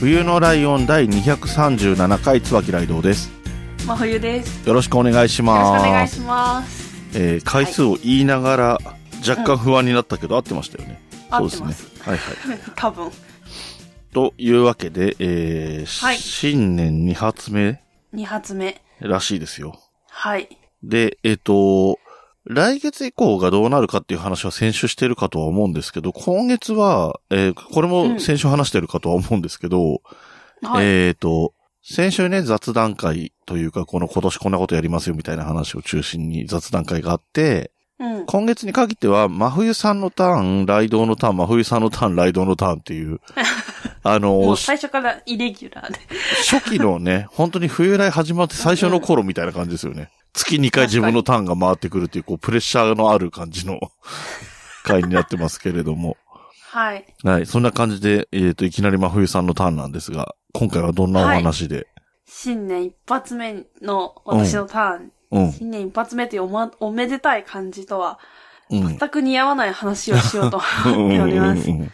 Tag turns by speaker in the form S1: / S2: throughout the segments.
S1: 冬のライオン第237回椿ライドウです
S2: 真冬です
S1: よろしくお願いし
S2: よろしくお
S1: ます
S2: 願いします
S1: えー回数を言いながら若干不安になったけど、合ってましたよね
S3: 合ってます。
S1: ねはいはい
S3: 多分。
S1: というわけで、えー
S3: はい
S1: 新年2発目
S3: 2発目。
S1: らしいですよ
S3: はい。
S1: でえっ、と来月以降がどうなるかっていう話は先週してるかとは思うんですけど、今月は、えーこれも先週話してるかとは思うんですけど、
S3: はい。
S1: えー、と、先週ね、雑談会というか、この今年こんなことやりますよみたいな話を中心に雑談会があって、
S3: うん。
S1: 今月に限っては、真冬さんのターン、ライドウのターン、真冬さんのターン、ライドウのターンっ ていう、
S3: も
S1: あの、
S3: う
S1: し
S3: 最初からイレギュラーで。
S1: 初期のね、本当に冬来始まって最初の頃みたいな感じですよね。月2回自分のターンが回ってくるっていう、こう、プレッシャーのある感じの 回になってますけれども。
S3: はい。
S1: はい、そんな感じで、えっ、と、いきなり真冬さんのターンなんですが、今回はどんなお話で、
S3: 新年一発目の私のターン。
S1: うん。
S3: 新年一発目というお,、ま、おめでたい感じとは、
S1: うん。
S3: 全く似合わない話をしよう と思っております
S1: う。んうんうん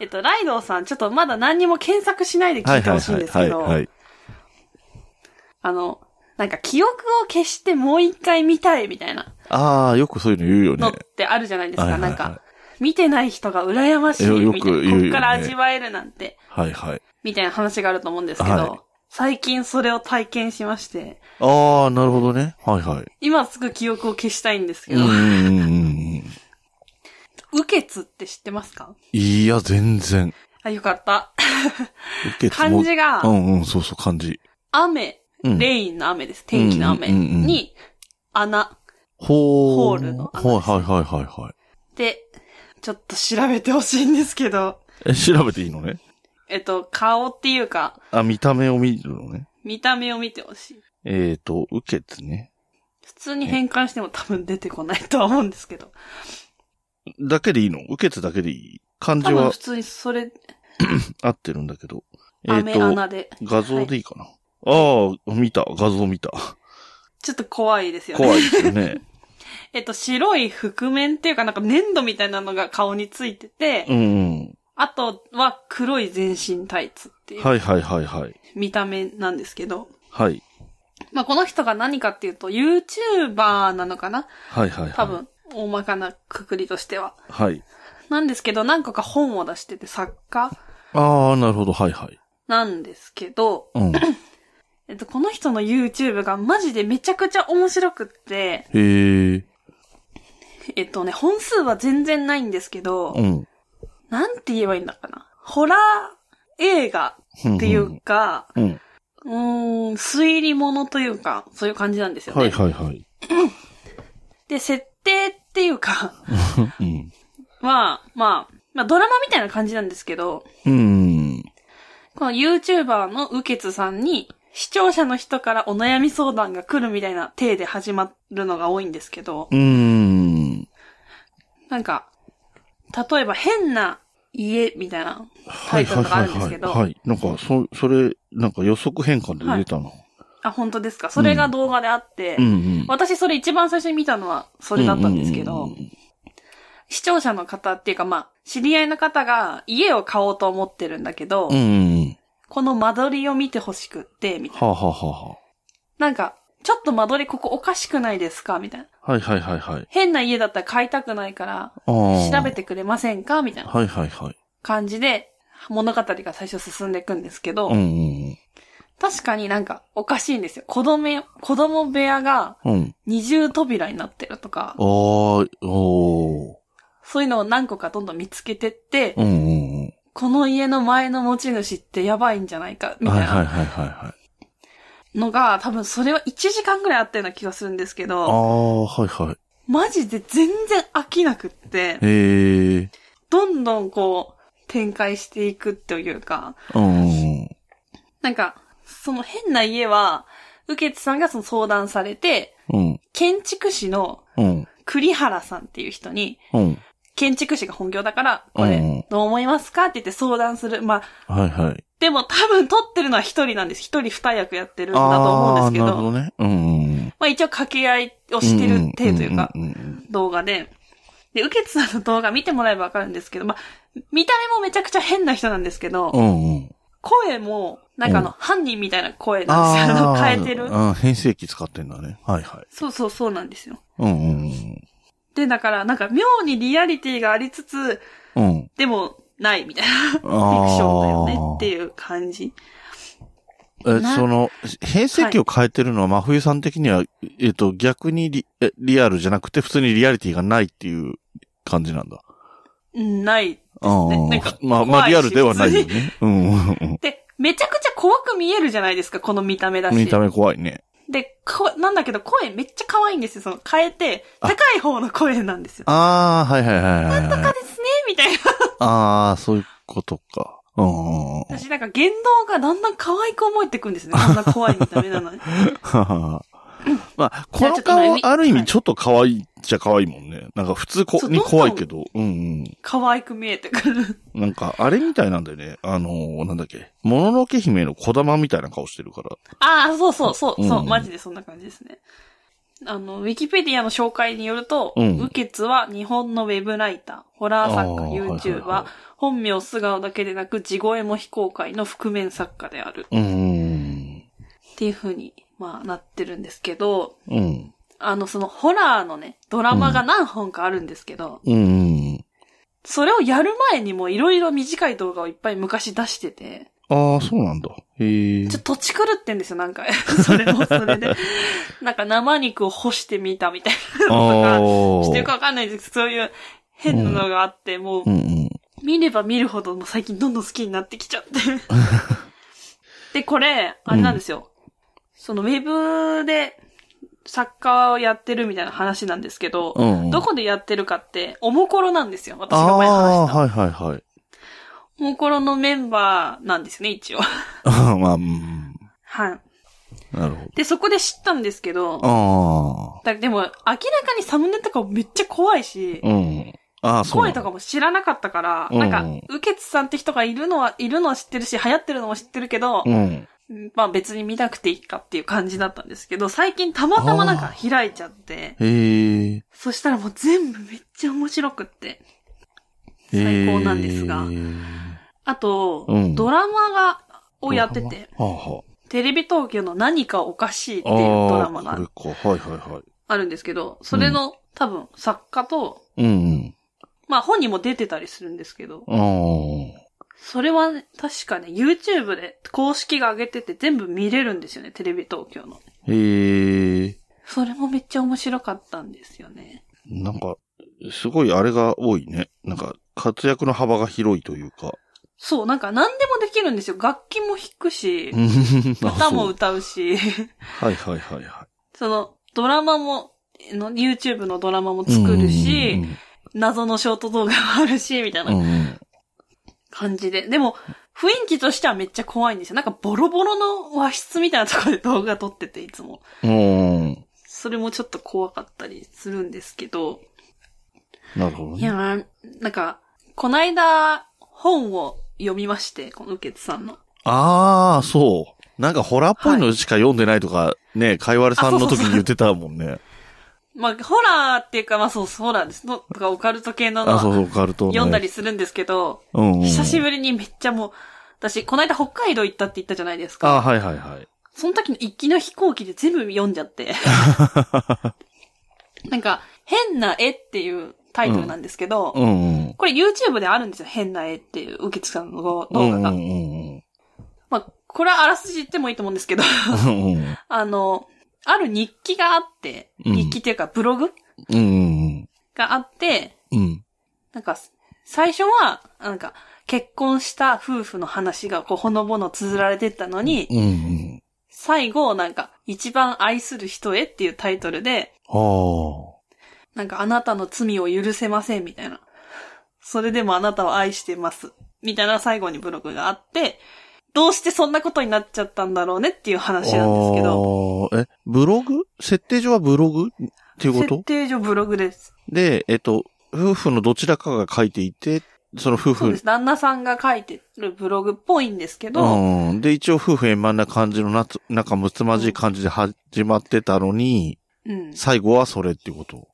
S3: えっと、ライドウさん、ちょっとまだ何にも検索しないで
S1: は
S3: 聞
S1: い
S3: いて
S1: はい
S3: ほしい
S1: は
S3: ん
S1: い
S3: です
S1: は
S3: け
S1: い
S3: ど、
S1: はい。
S3: あの、なんか記憶を消してもう一回見たいみたいな
S1: ああ、よくそういうの言うよね
S3: のっ。てあるじゃないですか。
S1: はいはいはい
S3: なんか、見てない人が羨ましい
S1: え
S3: み
S1: よ
S3: たい
S1: く
S3: な。
S1: 言うよね
S3: こっから味わえるなんて、
S1: はいはい。
S3: みたいな話があると思うんですけど、
S1: はい
S3: 最近それを体験しまして、
S1: ああ、なるほどね。はいはい。
S3: 今すぐ記憶を消したいんですけ
S1: う
S3: ど、
S1: んうんうんうん。
S3: ウケツって知ってますか
S1: いや、全然。
S3: あ、よかった。
S1: 受け継
S3: 漢
S1: も
S3: 字が
S1: う、んうん、そうそう、漢字。
S3: 雨、
S1: うん。
S3: レインの雨です。天気の雨
S1: うんうんうんうん
S3: に、穴。ホ
S1: ホ
S3: ールの穴
S1: はいはいはいはいはい。
S3: で、ちょっと調べてほしいんですけど、
S1: え、調べていいのね
S3: えっと、顔っていうか、
S1: あ、見た目を見るのね。
S3: 見た目を見てほしい。
S1: えーと、受けつね。
S3: 普通に変換しても多分出てこないとは思うんですけど。
S1: だけでいいの受けつだけでいい漢
S3: 多
S1: 字
S3: 分
S1: は
S3: 普通にそれ、
S1: 合ってるんだけど。え
S3: 雨
S1: ーと、
S3: 穴で。
S1: 画像でいいかな。ああ、見た。画像見 た。
S3: ちょっと怖いですよね。
S1: 怖いですよ ね。
S3: えっと、白い覆面っていうかなんか粘土みたいなのが顔についてて、
S1: うんうん。
S3: あとは黒い全身タイツっていう
S1: はいはいはいはい。
S3: 見た目なんですけど、
S1: はい。
S3: まあこの人が何かっていうと YouTuber なのかな
S1: はいはいはい。
S3: 多分、大まかなくくりとしては。
S1: はい。
S3: なんですけど、何個か本を出してて作家
S1: ああ、なるほど。はいはい。
S3: なんですけど、
S1: うん。
S3: えっと、この人の YouTube がマジでめちゃくちゃ面白くって、
S1: へえ。
S3: えっとね、本数は全然ないんですけど、
S1: うん。
S3: なんて言えばいいんだかな。ホラー映画っていうか、
S1: うん。うん。
S3: うーん、推理物というか、そういう感じなんですよね。
S1: はいはいはい。
S3: で、設定っていうか、
S1: うん。
S3: まあ、まあ、まあドラマみたいな感じなんですけど、
S1: うん。
S3: この YouTuber のウケツさんに、視聴者の人からお悩み相談が来るみたいな体で始まるのが多いんですけど、
S1: うん。
S3: なんか、例えば変な家みたいなタ
S1: は
S3: イ
S1: い
S3: トル
S1: はい
S3: があ
S1: はい
S3: るんです
S1: は
S3: け
S1: い。
S3: ど、
S1: はい。なんか、そ、それ、なんか予測変換で出たな。
S3: あ、本当ですかそれが動画であって、
S1: うんうん。
S3: 私それ一番最初に見たのはそ
S1: そ
S3: れだったんですけど、
S1: うん
S3: 視聴者の方っていうかまあ、知り合いの方が家を買おうと思ってるんだけど、
S1: うんうん。
S3: この間取りを見てほしくって、みたい
S1: はあはあはあは
S3: な。なんか、ちょっと間取りここおかしくないですかみたいな。
S1: あ。はいはいはいはい。
S3: 変な家だったら買いたくないから、
S1: ああ。
S3: 調べ。てくれませんかみたいな
S1: はいはいはい。
S3: 感じで、物語が最初進んでいくんですけど、
S1: うんうん
S3: 確かになんかおかしいんですよ。子供、子供部屋が
S1: うん。うん。
S3: 二重扉になってるとか
S1: あ、あ、おー。
S3: そういうのを何個かどんどん見つけてって、
S1: うんうんうん。
S3: この家の前の持ち主ってやばいんじゃないか、み
S1: はい
S3: たい
S1: はい
S3: な
S1: はいはいはい。
S3: のが、多分それは1時間ぐらいあったような気がするんですけ
S1: あ
S3: ど、
S1: あ、はいはい。
S3: マジで全然飽きなくって、
S1: へえ。
S3: どんどんこう、展開していくというか、
S1: うんうんうん。
S3: なんか、その変な家は、ウケツさんがその相談されて、
S1: うん。
S3: 建築士の
S1: うん。
S3: 栗原さんっていう人に、
S1: うん。
S3: 建築士が本業だから、こ
S1: う
S3: れ
S1: ん、
S3: どう思いますかって言って相談する。まあ、
S1: はいはい。
S3: でも多分撮ってるのは一人なんです。一人二役やってるんだと思うん
S1: あ
S3: で
S1: あ
S3: す
S1: ー、
S3: け
S1: な
S3: ど、
S1: るほどね。うんうん。
S3: まあ一応掛け合いをしてる体というか、
S1: んんうん
S3: 動画で。で、ウケツさんの動画見てもらえばわかるんですけど、まあ、見た目もめちゃくちゃ変な人なんですけど、
S1: うん。うんうん。
S3: 声も、なんかあの、
S1: う
S3: 犯人みたいな声なんですよ。あの、
S1: ー
S3: 変えてる。
S1: うん、変声器使ってんだね。はいはい。
S3: そうそうそうなんですよ。
S1: うんうん
S3: で、だから、なんか妙にリアリティがありつつ、
S1: うん。うん。
S3: でも、ないみたいな、フ
S1: フ
S3: ィクションだよねっていう感じ。
S1: え、
S3: な
S1: その、変声器を変えてるのは、真冬さん的には、えっと、逆にリえリアルじゃなくて、普通にリアリティがないっていう感じなんだ。
S3: うん、ない。
S1: あ
S3: ね
S1: あ
S3: なんか
S1: まあ、ま
S3: 怖
S1: あ、
S3: いし
S1: リアルではない よね。うんうん
S3: で、めちゃくちゃ怖く見えるじゃないですか、この見た目だ
S1: うん。見
S3: し。
S1: た目怖いね。
S3: で、こなんだけど、声めっちゃ可愛いんですよ。その、変えて、
S1: あ
S3: 高い方の声なんですよ。
S1: ああ、はいはいはいはいはい。
S3: そうですね、みたいな。
S1: ああ、そういうことか。うんうんうん。
S3: 私なんか言動がだんだん可愛く思えてくんです ね。こんな怖い見た目なのに。
S1: はは まあ、
S3: じ
S1: こ
S3: ゃあちょ
S1: の
S3: っと前
S1: 顔
S3: 見、
S1: ある意
S3: は
S1: 味
S3: い
S1: ちょっと可愛いっちゃ可愛いもんね。なんか普通こ
S3: そう
S1: に
S3: どんどん
S1: 怖いけど、うん
S3: 可愛く見えてくる。
S1: うん。なんか、あれみたいなんだよね。あのーなんだっけ。もののけ姫の小玉みたいな顔してるから。
S3: ああ、そうそうそう、そう、
S1: うん
S3: マジでそんな感じですね。あの、ウィキペディアの紹介によると、
S1: うん
S3: ウケツは日本のウェブライター、ホラー作
S1: あー
S3: 家、
S1: はい
S3: YouTuber、
S1: はいはい
S3: 本名素顔だけでなく、地声も非公開の覆面作家である。
S1: うんうん
S3: っていう風に、まあ、なってるんですけど、
S1: うん。うん。
S3: あの、その、ホラーのね、ドラマが何本かあるんですけど、
S1: うんうん。
S3: それをやる前にもいろいろ短い動画をいっぱい昔出してて、
S1: ああ、そうなんだ。へえ。
S3: ちょっと土地狂ってんですよ、なんか。 それもそれで。なんか生肉を干してみたみたいなのとか、してるかわかんないですけど、そういう変なのがあって、もう
S1: あー、うんうん。
S3: 見れば見るほどもう最近どんどん好きになってきちゃ って。で、これ、あれなんですよ。そのウェブで作家をやってるみたいな話なんですけど、
S1: うんうん
S3: どこでやってるかって、おもころなんですよ。私
S1: あ
S3: が前
S1: あ
S3: 話し
S1: ー、
S3: た。
S1: はいはいはい。
S3: おもころのメンバーなんですね、一応。
S1: まあ、うん。
S3: はい。
S1: なるほ
S3: で、そこで知ったんですけど、
S1: ど。あ
S3: だでも、明らかにサムネとかめっちゃ怖いし、
S1: あ。うん。ああ、そうな
S3: 声
S1: んだ。
S3: とかも知らなかったから、
S1: うん
S3: なんか、ウケツさんって人がいるのは、いるのは知ってるし、流行ってるのも知ってるけど、
S1: うん。
S3: まあ別に見なくていいかっていう感じだったんですけど、最近たまたまなんか開いちゃって、
S1: へえ。
S3: そしたらもう全部めっちゃ面白くって。最高なんですが
S1: へー
S3: あと、
S1: うん
S3: ドラマが、をやってて、。
S1: はあは
S3: テレビ東京の何かおかしいって
S1: あ。
S3: いうドラマ
S1: あ
S3: が
S1: ーこれか。はいはいはい。
S3: あるんですけど、それの、多分作家と、
S1: うん
S3: まあ本人も出てたりするんですけど、
S1: うん。あ
S3: それは、ね、確かね、YouTube で公式が上げてて全部見れるんですよね、テレビ東京の。
S1: あ。へえ。
S3: それもめっちゃ面白かったんですよね。
S1: なんか、すごいあれが多いね。なんか、活躍の幅が広いというか。
S3: そう、なんか何でもできるんですよ。楽器も弾くし、歌
S1: 歌
S3: も歌うし、
S1: はいはいはいは
S3: その、ドラマも、の YouTube のドラマも
S1: い。
S3: 作るし、謎のショート動画もあるし、みたい
S1: うんう
S3: なん
S1: うん。
S3: 感じで。でも、雰囲気としてはめっちゃ怖いんですよ。なんかボロボロの和室みたいなところで動画撮ってて、いつも。
S1: うんうん。
S3: それもちょっと怖かったりするんですけど、
S1: なるほど
S3: いや
S1: ね。
S3: ー、なんか、こないだ本を読みまして、この受けつさんの。
S1: ああ、そう。なんかホラーっぽいのしか読んでないとか、ね、かいわれさんの時に言ってたもんね。
S3: まあ、ホラーっていうか、まあそう、ホラーです。のとか、オカルト系のの
S1: あ、そう
S3: は
S1: そう、カルト、ね。
S3: 読んだりするんですけど、
S1: うんうん。
S3: 久しぶりにめっちゃもう、私、この間北海道行ったって言ったじゃないです
S1: あ
S3: か。
S1: はいはいはい。
S3: その時の行きの飛行機で全部読んじゃ って。なんか、変な絵っていうタイトルなんですけど、
S1: うんうん。
S3: これ YouTube であるんですよ。変な絵っていう、受けつさんの動画が。
S1: うんうん
S3: まあ、これはあらすじ言ってもいいと思うんですけど、
S1: うんうん。
S3: あの、ある日記があって、
S1: うん
S3: 日記っていうかブログ
S1: うんうん
S3: があって、
S1: うん。うん。
S3: なんか、最初は、なんか、結婚した夫婦の話がこうほのぼの綴られてったのに、
S1: うんうん。
S3: 最後、なんか、一番愛する人へっていうタイトルで、
S1: ああ。
S3: なんか、あなたの罪を許せませんみたいな。それでもあなたを愛してます。みたいな最後にブログがあって、どうしてそんなことになっちゃったんだろうねっていう話なんですけど。
S1: あーえ、ブログ設定上はブログっていうこ
S3: 設
S1: と
S3: 定上ブログです。
S1: で、えっと、夫婦のどちらかが書いていて、その夫
S3: そうで
S1: 婦
S3: す。、旦那さんが書いてるブログっぽいんですけど、
S1: うん。で、一応夫婦円満な感じのなつ、仲むつまじい感じで始まってたのに、
S3: うん。
S1: 最後はそれっていうこと。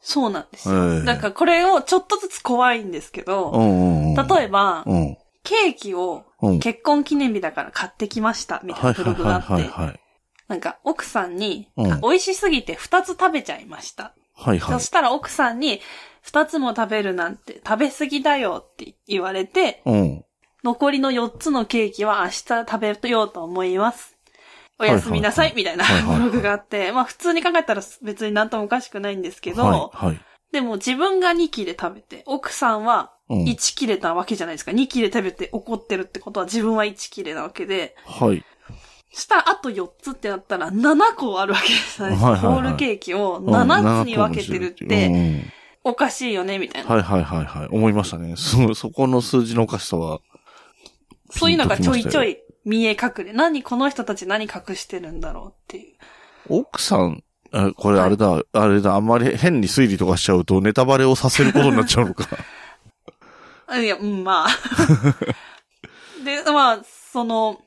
S3: そうなんです
S1: え
S3: よ。
S1: え
S3: なんかこれをちょっとずつ怖いんですけ
S1: う
S3: ど、
S1: んうんうん。
S3: 例えば、
S1: うん。
S3: ケーキを
S1: うん。
S3: 結婚記念日だから買ってきました、みたいな
S1: は
S3: いブ
S1: は
S3: ロ
S1: い
S3: グがあ
S1: は
S3: っ
S1: い
S3: て、
S1: はい。
S3: なんか奥さんに、
S1: うん
S3: あ美味しすぎて2つ食べちゃいました。
S1: はいはい
S3: そ。したら奥さんに、2つも食べるなんて食べ過ぎだよって言われて、
S1: うん。
S3: 残りの4つのケーキは明日食べようと思います。おやすみなさい、みたいな
S1: はいはいはい
S3: ブログがあって、まあ普通に考えたら別になんともおかしくないんですけど、
S1: はいはい。
S3: でも自分が2切れ食べて、奥さんは
S1: うん。
S3: 1切れたわけじゃないですか。2切れ食べて怒ってるってことは自分は1切れなわけで、
S1: はい。
S3: したらあと4つってなったら7個あるわけじゃないですか。
S1: はいはいはい
S3: ホールケーキを
S1: うん
S3: 7つに分けてるっ
S1: うん
S3: て
S1: うん
S3: おかしいよね、みたいな。
S1: はいはいはいはい。思いましたね。そ、そこの数字のおかしさは。
S3: そういうのがちょいちょ
S1: ピ
S3: い見え隠れ。何この人たち何隠してるんだろうっていう。
S1: 奥さん、あこれあれだ、あれだ、あんまり変に推理とかしちゃうとネタバレをさせることになっちゃう のか。
S3: あいや、うん、 まあ。で、まあ、その、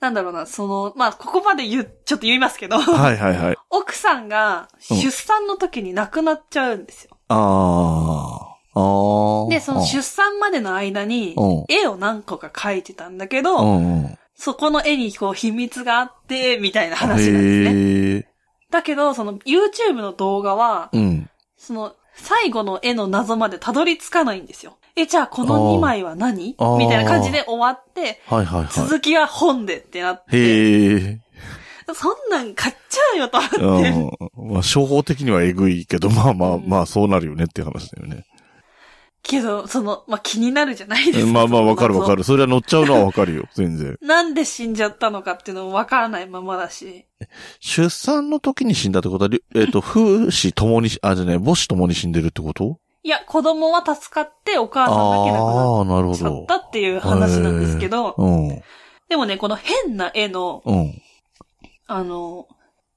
S3: なんだろうな、その、まあ、ここまで言う、ちょっと言いますけど、
S1: はいはいはい。
S3: 奥さんが出産の時に亡くなっちゃうんですよ。
S1: あー。あー。
S3: で、その出産までの間に
S1: うん、
S3: 絵を何個か描いてたんだけど、
S1: うんうん。
S3: そこの絵にこう秘密があって、みたいな話なんですね。
S1: へえ。
S3: だけど、その YouTube の動画は、
S1: うん。
S3: その最後の絵の謎までたどり着かないんですよ。え、じゃあこの2枚は何み
S1: あー
S3: たいな感じで終わって、
S1: はいはいは
S3: 続きは本でってなっ
S1: い。
S3: て、
S1: へえ。
S3: そんなん買っちゃうよと思って、
S1: うん。ま あ、商法的にはえぐいけど、まあまあ
S3: うん
S1: まあ、そうなるよねっていう話だよね。
S3: けど、その、まあ、気になるじゃないですか。
S1: まあまあ、わか る
S3: その
S1: わかる。それは乗っちゃうのはわかるよ。全然。
S3: 謎。なんで死んじゃったのかっていうのもわからないままだし。
S1: 出産の時に死んだってことは、りゅえっ、 と、夫子ともに、あ、じゃね、母子ともに死んでるってこと
S3: いや、子供は助かってお母さんだけ亡くなっ
S1: ああー、なるほ
S3: ちゃっ
S1: ど。
S3: たっていう話なんですけど、
S1: うん。
S3: でもね、この変な絵の、
S1: うん。
S3: あの、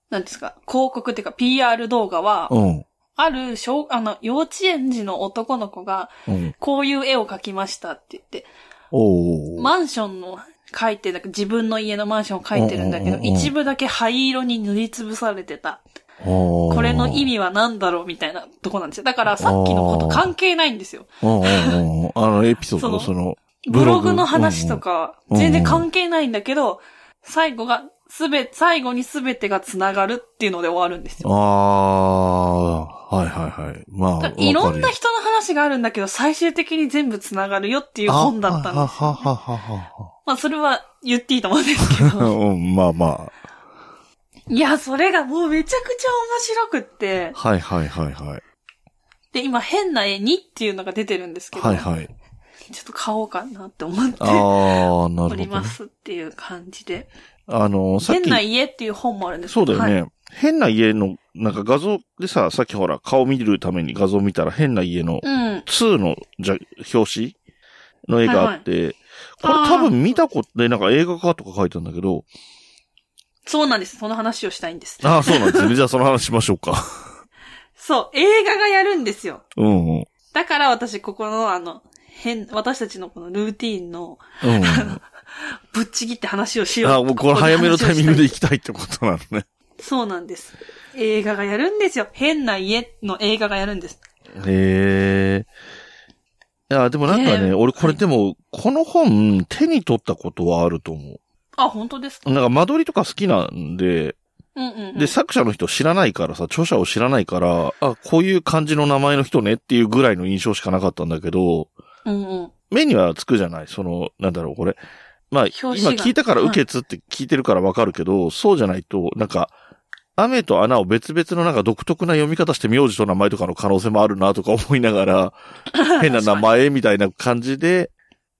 S3: なんですか、広告っていうか PR 動画は、
S1: うん。
S3: ある小、あの、幼稚園児の男の子が、
S1: うん。
S3: こういう絵を描きましたって言って、
S1: おー。
S3: マンションの描いて、なんか自分の家のマンションを描いてるんだけ
S1: う
S3: ど、
S1: んうんうんうん
S3: 一部だけ灰色に塗りつぶされてた。
S1: こ
S3: これの意味は何だろうみたいなとこなんですよ。だからさっきのこと関係ないんですよ。
S1: うんうんうん。あの、エピソードのそ
S3: そ
S1: の、
S3: ブログの話とか、
S1: うんうん
S3: 全然関係ないんだけど、最後が、すべ、最後にすべてが繋がるっていうので終わるんですよ
S1: あ。あ、はいはいはい。まあ、
S3: いろんな
S1: わか
S3: 人の話があるんだけど、最終的に全部繋がるよってい
S1: る
S3: う本だったん
S1: あは
S3: です。
S1: はははは
S3: まあ、それは言っていいと思うんです け
S1: は。
S3: ど。
S1: うん、まあま
S3: いや、それがもうめちゃくちゃ面白くって
S1: あ。。はいはいはいはい。
S3: で、今、変な絵にっていうのが出てるんですけど、
S1: はいはい。
S3: ちょっと買おうかなって思って
S1: ああ、なるほ
S3: お
S1: ど
S3: り
S1: ね。
S3: ますっていう感じで。
S1: あの、さっ
S3: 変
S1: き
S3: な家っていう本もあるんです
S1: そう
S3: け
S1: だ
S3: ど
S1: よ
S3: はい
S1: ね。変な家の、なんか画像でさ、さっきほら、顔見るために画像見たら変な家の
S3: うん。
S1: 2の、じゃ、表紙の絵があって、これ
S3: あー
S1: 多分見たことで、なんか映画化とか書いてあるんだけど、
S3: そうなんです。その話をしたいんです。
S1: ああ、そうなんですね。じゃあその話しましょうか。
S3: そう、映画がやるんですよ。
S1: うん うん。
S3: だから私、ここの、あの、変、私たちのこのルーティーンの、
S1: うん。
S3: ぶっちぎって話をしよう。
S1: あもうこれ
S3: ここで
S1: 早めのタイミングで行き
S3: 話をした
S1: いってことなのね。
S3: たいそうなんです。映画がやるんですよ。変な家の映画がやるんです。
S1: へえ。いや、でもなんかね、
S3: ね
S1: 俺これでも、この本、手に取ったことはあると思
S3: あ、本当ですか
S1: う。なんか間取りとか好きなんで、
S3: うんうん、うん。
S1: で、作者の人知らないからさ、著者を知らないから、あ、こういう感じの名前の人ねっていうぐらいの印象しかなかったんだけど、
S3: うんうん。
S1: 目にはつくじゃないその、なんだろう、これ。まあ、今
S3: 表紙が
S1: 聞いたから受けつって聞いてるからわかるけど、そうじゃないと、なんか、雨と穴を別々のなんか独特な読み方して名字と名前とかの可能性もあるなとか思いなが ら、変な名前みたいな感じで、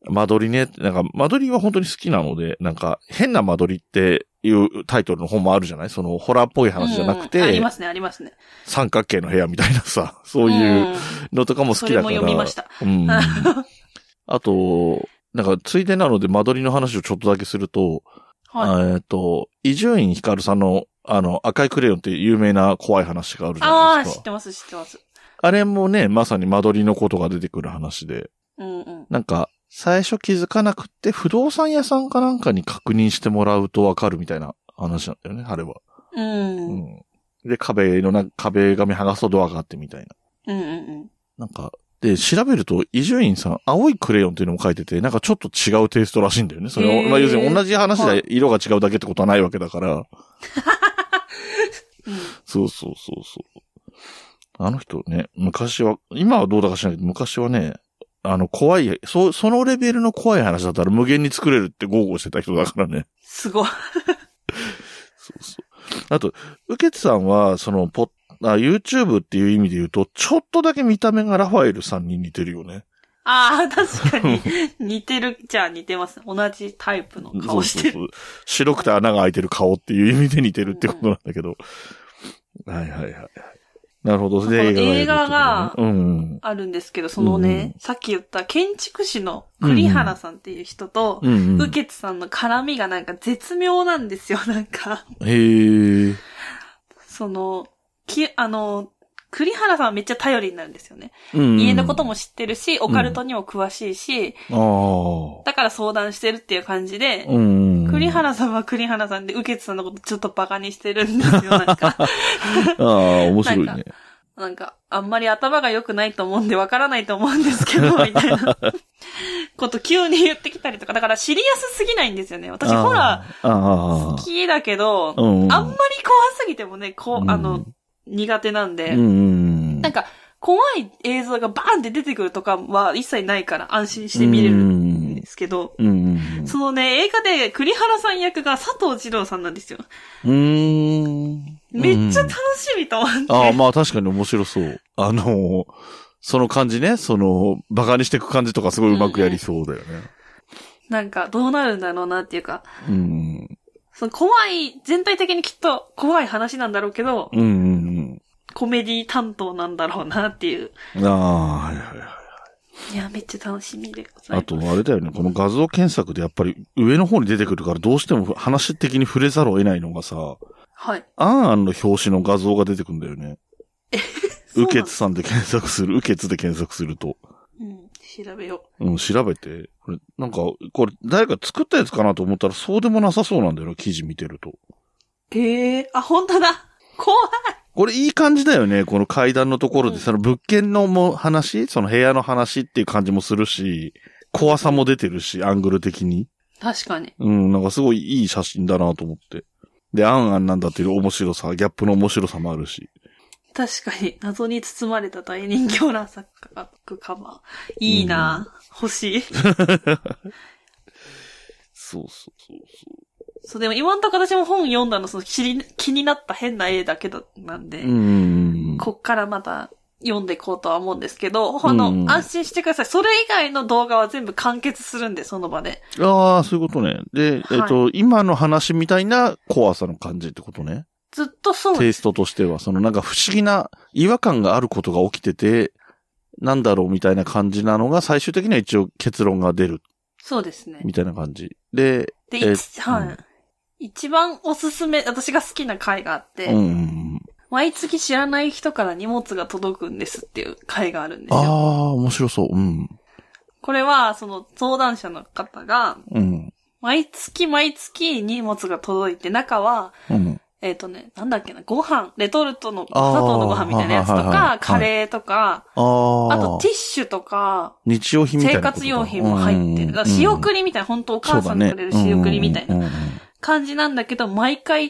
S1: 間取りね、なんか間取りは本当に好きなので、なんか変な間取りっていうタイトルの本もあるじゃないそのホラーっぽい話じゃなくて、
S3: うんうんありますね、ありますね。
S1: 三角形の部屋みたいなさ、そういう
S3: う
S1: のとかも好
S3: そ
S1: き
S3: れ
S1: だ
S3: も
S1: から。
S3: 読みました。
S1: うん。あと、なんか、ついでなので間取りの話をちょっとだけすると、
S3: はい。
S1: えっ、と、伊集院光さんの、あの、赤いクレヨンっていう有名な怖い話があるじゃ
S3: あ
S1: な
S3: あ、
S1: いで
S3: 知っ
S1: すか。
S3: てます、知ってます。
S1: あれもね、まさに間取りのことが出てくる話で、
S3: うんうん。
S1: なんか、最初気づかなくって、不動産屋さんかなんかに確認してもらうとわかるみたいな話なんだよね、あれは。
S3: うん。
S1: う
S3: うん
S1: ん。で、壁のな、壁紙剥がすとドアがあってみたい
S3: う
S1: な。
S3: んうん。
S1: なんか、で、調べると、伊集院さん、青いクレヨンっていうのも書いてて、なんかちょっと違うテイストらしいんだよね。それ
S3: へ
S1: は、
S3: ー
S1: まあ、要するに同じ話
S3: はい
S1: で色が違うだけってことはないわけだから。
S3: うん
S1: そうそうそうそう。あの人ね、昔は、今はどうだか知らないけど、昔はね、あの、怖い、そ、そのレベルの怖い話だったら無限に作れるって豪語してた人だからね。
S3: すごい。
S1: そうそう。あと、ウケツさんは、その、ポッあ、YouTube っていう意味で言うと、ちょっとだけ見た目がラファエルさんに似てるよね。
S3: ああ、確か に。似てるじゃあ似てます。同じタイプの顔してる。
S1: そうそうそう白くて穴が開いてる顔っていう意味で似てるってことなんだけど。はいはいはいはい。なるほど。
S3: だから
S1: 映画が
S3: 映画が
S1: やるってことねうん
S3: あるんですけど、そのね、
S1: う
S3: さっき言った建築士の栗原さんっていう人と、
S1: うん。うんう
S3: ウ
S1: ん。
S3: ケツさんの絡みがなんか絶妙なんですよ、 なんか。
S1: へえ。
S3: その、き、あの、栗原さんはめっちゃ頼りになるんですよね。
S1: うん
S3: 家のことも知ってるし、オカルトにも詳しいし、
S1: あ
S3: だから相談してるっていう感じで
S1: あ。、うん。
S3: 栗原さんは栗原さんで、ウケツさんのことちょっとバカにしてるんですよ、なん か。
S1: ああ、面白い
S3: な
S1: ね
S3: ん。なんか、あんまり頭が良くないと思うんで、わからないと思うんですけ ど、みたいなこと急に言ってきたりとか、だから知りやすすぎないんですよね。私、ホラ
S1: ー。あ
S3: ー好。
S1: あ
S3: きだけど、
S1: うん。
S3: あんまり怖すぎてもね、こ
S1: う
S3: う、
S1: ん
S3: あの、苦手なんで、
S1: うん。
S3: なんか、怖い映像がバーンって出てくるとかは一切ないから安心して見れるんですけど、
S1: うん。
S3: そのね、映画で栗原さん役が佐藤二郎さんなんですよ。
S1: うん。
S3: めっちゃ
S1: うん
S3: 楽しみと思って。
S1: ああ、まあ確かに面白そう。あのーその感じね、その、馬鹿にしていく感じとかすごいうまくやりそうだよね。
S3: なんか、どうなるんだろうなっていうか、
S1: うん。
S3: その怖い、全体的にきっと怖い話なんだろうけど、
S1: うんうん
S3: コメディ担当なんだろうなっていう。
S1: うん。ああ、はいはいはい。
S3: いや、めっちゃ楽しみでござい
S1: あ
S3: ます。
S1: と、あれだよね、この画像検索でやっぱり上の方に出てくるからどうしても話的に触れざるを得ないのがさ、
S3: はい。
S1: アンアンの表紙の画像が出てくるんだよね。
S3: そう
S1: ウ
S3: なん
S1: ケツさんで検索する、ウケツで検索すると。
S3: うん、調べよ
S1: うん、調べて。これ、なんか、これ、誰か作ったやつかなと思ったらそうでもなさそうなんだよな、記事見てると。
S3: う。へえ、あ、本当だ怖い
S1: これいい感じだよね。この階段のところで、
S3: うん
S1: その物件のも話、その部屋の話っていう感じもするし、怖さも出てるし、アングル的に。
S3: 確かに。
S1: うん、なんかすごいいい写真だなと思って。で、アンアンなんだっていう面白さ、ギャップの面白さもあるし。
S3: 確かに、謎に包まれた大人気ホラー作家がカバー。いいな、欲しい。
S1: そうそうそうそ
S3: そう、でも今んとこ私も本読んだの、その気に気になった変な絵だけだ、なんで。
S1: う。うん。
S3: こっからまた読んでいこうとは思うんですけど、あの、
S1: うん
S3: 安心してください。それ以外の動画は全部完結するんで、その場で。
S1: ああ、そういうことね。で、
S3: はい
S1: えっと、今の話みたいな怖さの感じってことね。
S3: ずっとそう
S1: テ
S3: で
S1: イストとしては、そのなんか不思議な違和感があることが起きてて、なんだろうみたいな感じなのが、最終的には一応結論が出る
S3: そうですね。
S1: みたいな感じ。で、
S3: で、
S1: え
S3: 一、はい。
S1: うん
S3: 一番おすすめ、私が好きな回があって、
S1: うんうん。
S3: 毎月知らない人から荷物が届くんですっていう回があるんです
S1: あ
S3: よ。
S1: あ、面白そう。うん。
S3: これは、その相談者の方が、
S1: うん。
S3: 毎月毎月荷物が届いて、中は、
S1: うん。
S3: えっ、とね、なんだっけな、ご飯、レトルトの、
S1: あー
S3: 砂糖のご飯みたいなやつと
S1: はいはいはいは
S3: か
S1: い、
S3: カレーとか、
S1: ああ。
S3: あとティッシュとか、
S1: 日用品みたい
S3: 生
S1: なこと
S3: 活用品も入ってる。だから仕送りみたいな、本当お母さんにくれる仕送りみたいな
S1: な。
S3: 感じなんだけど、毎回違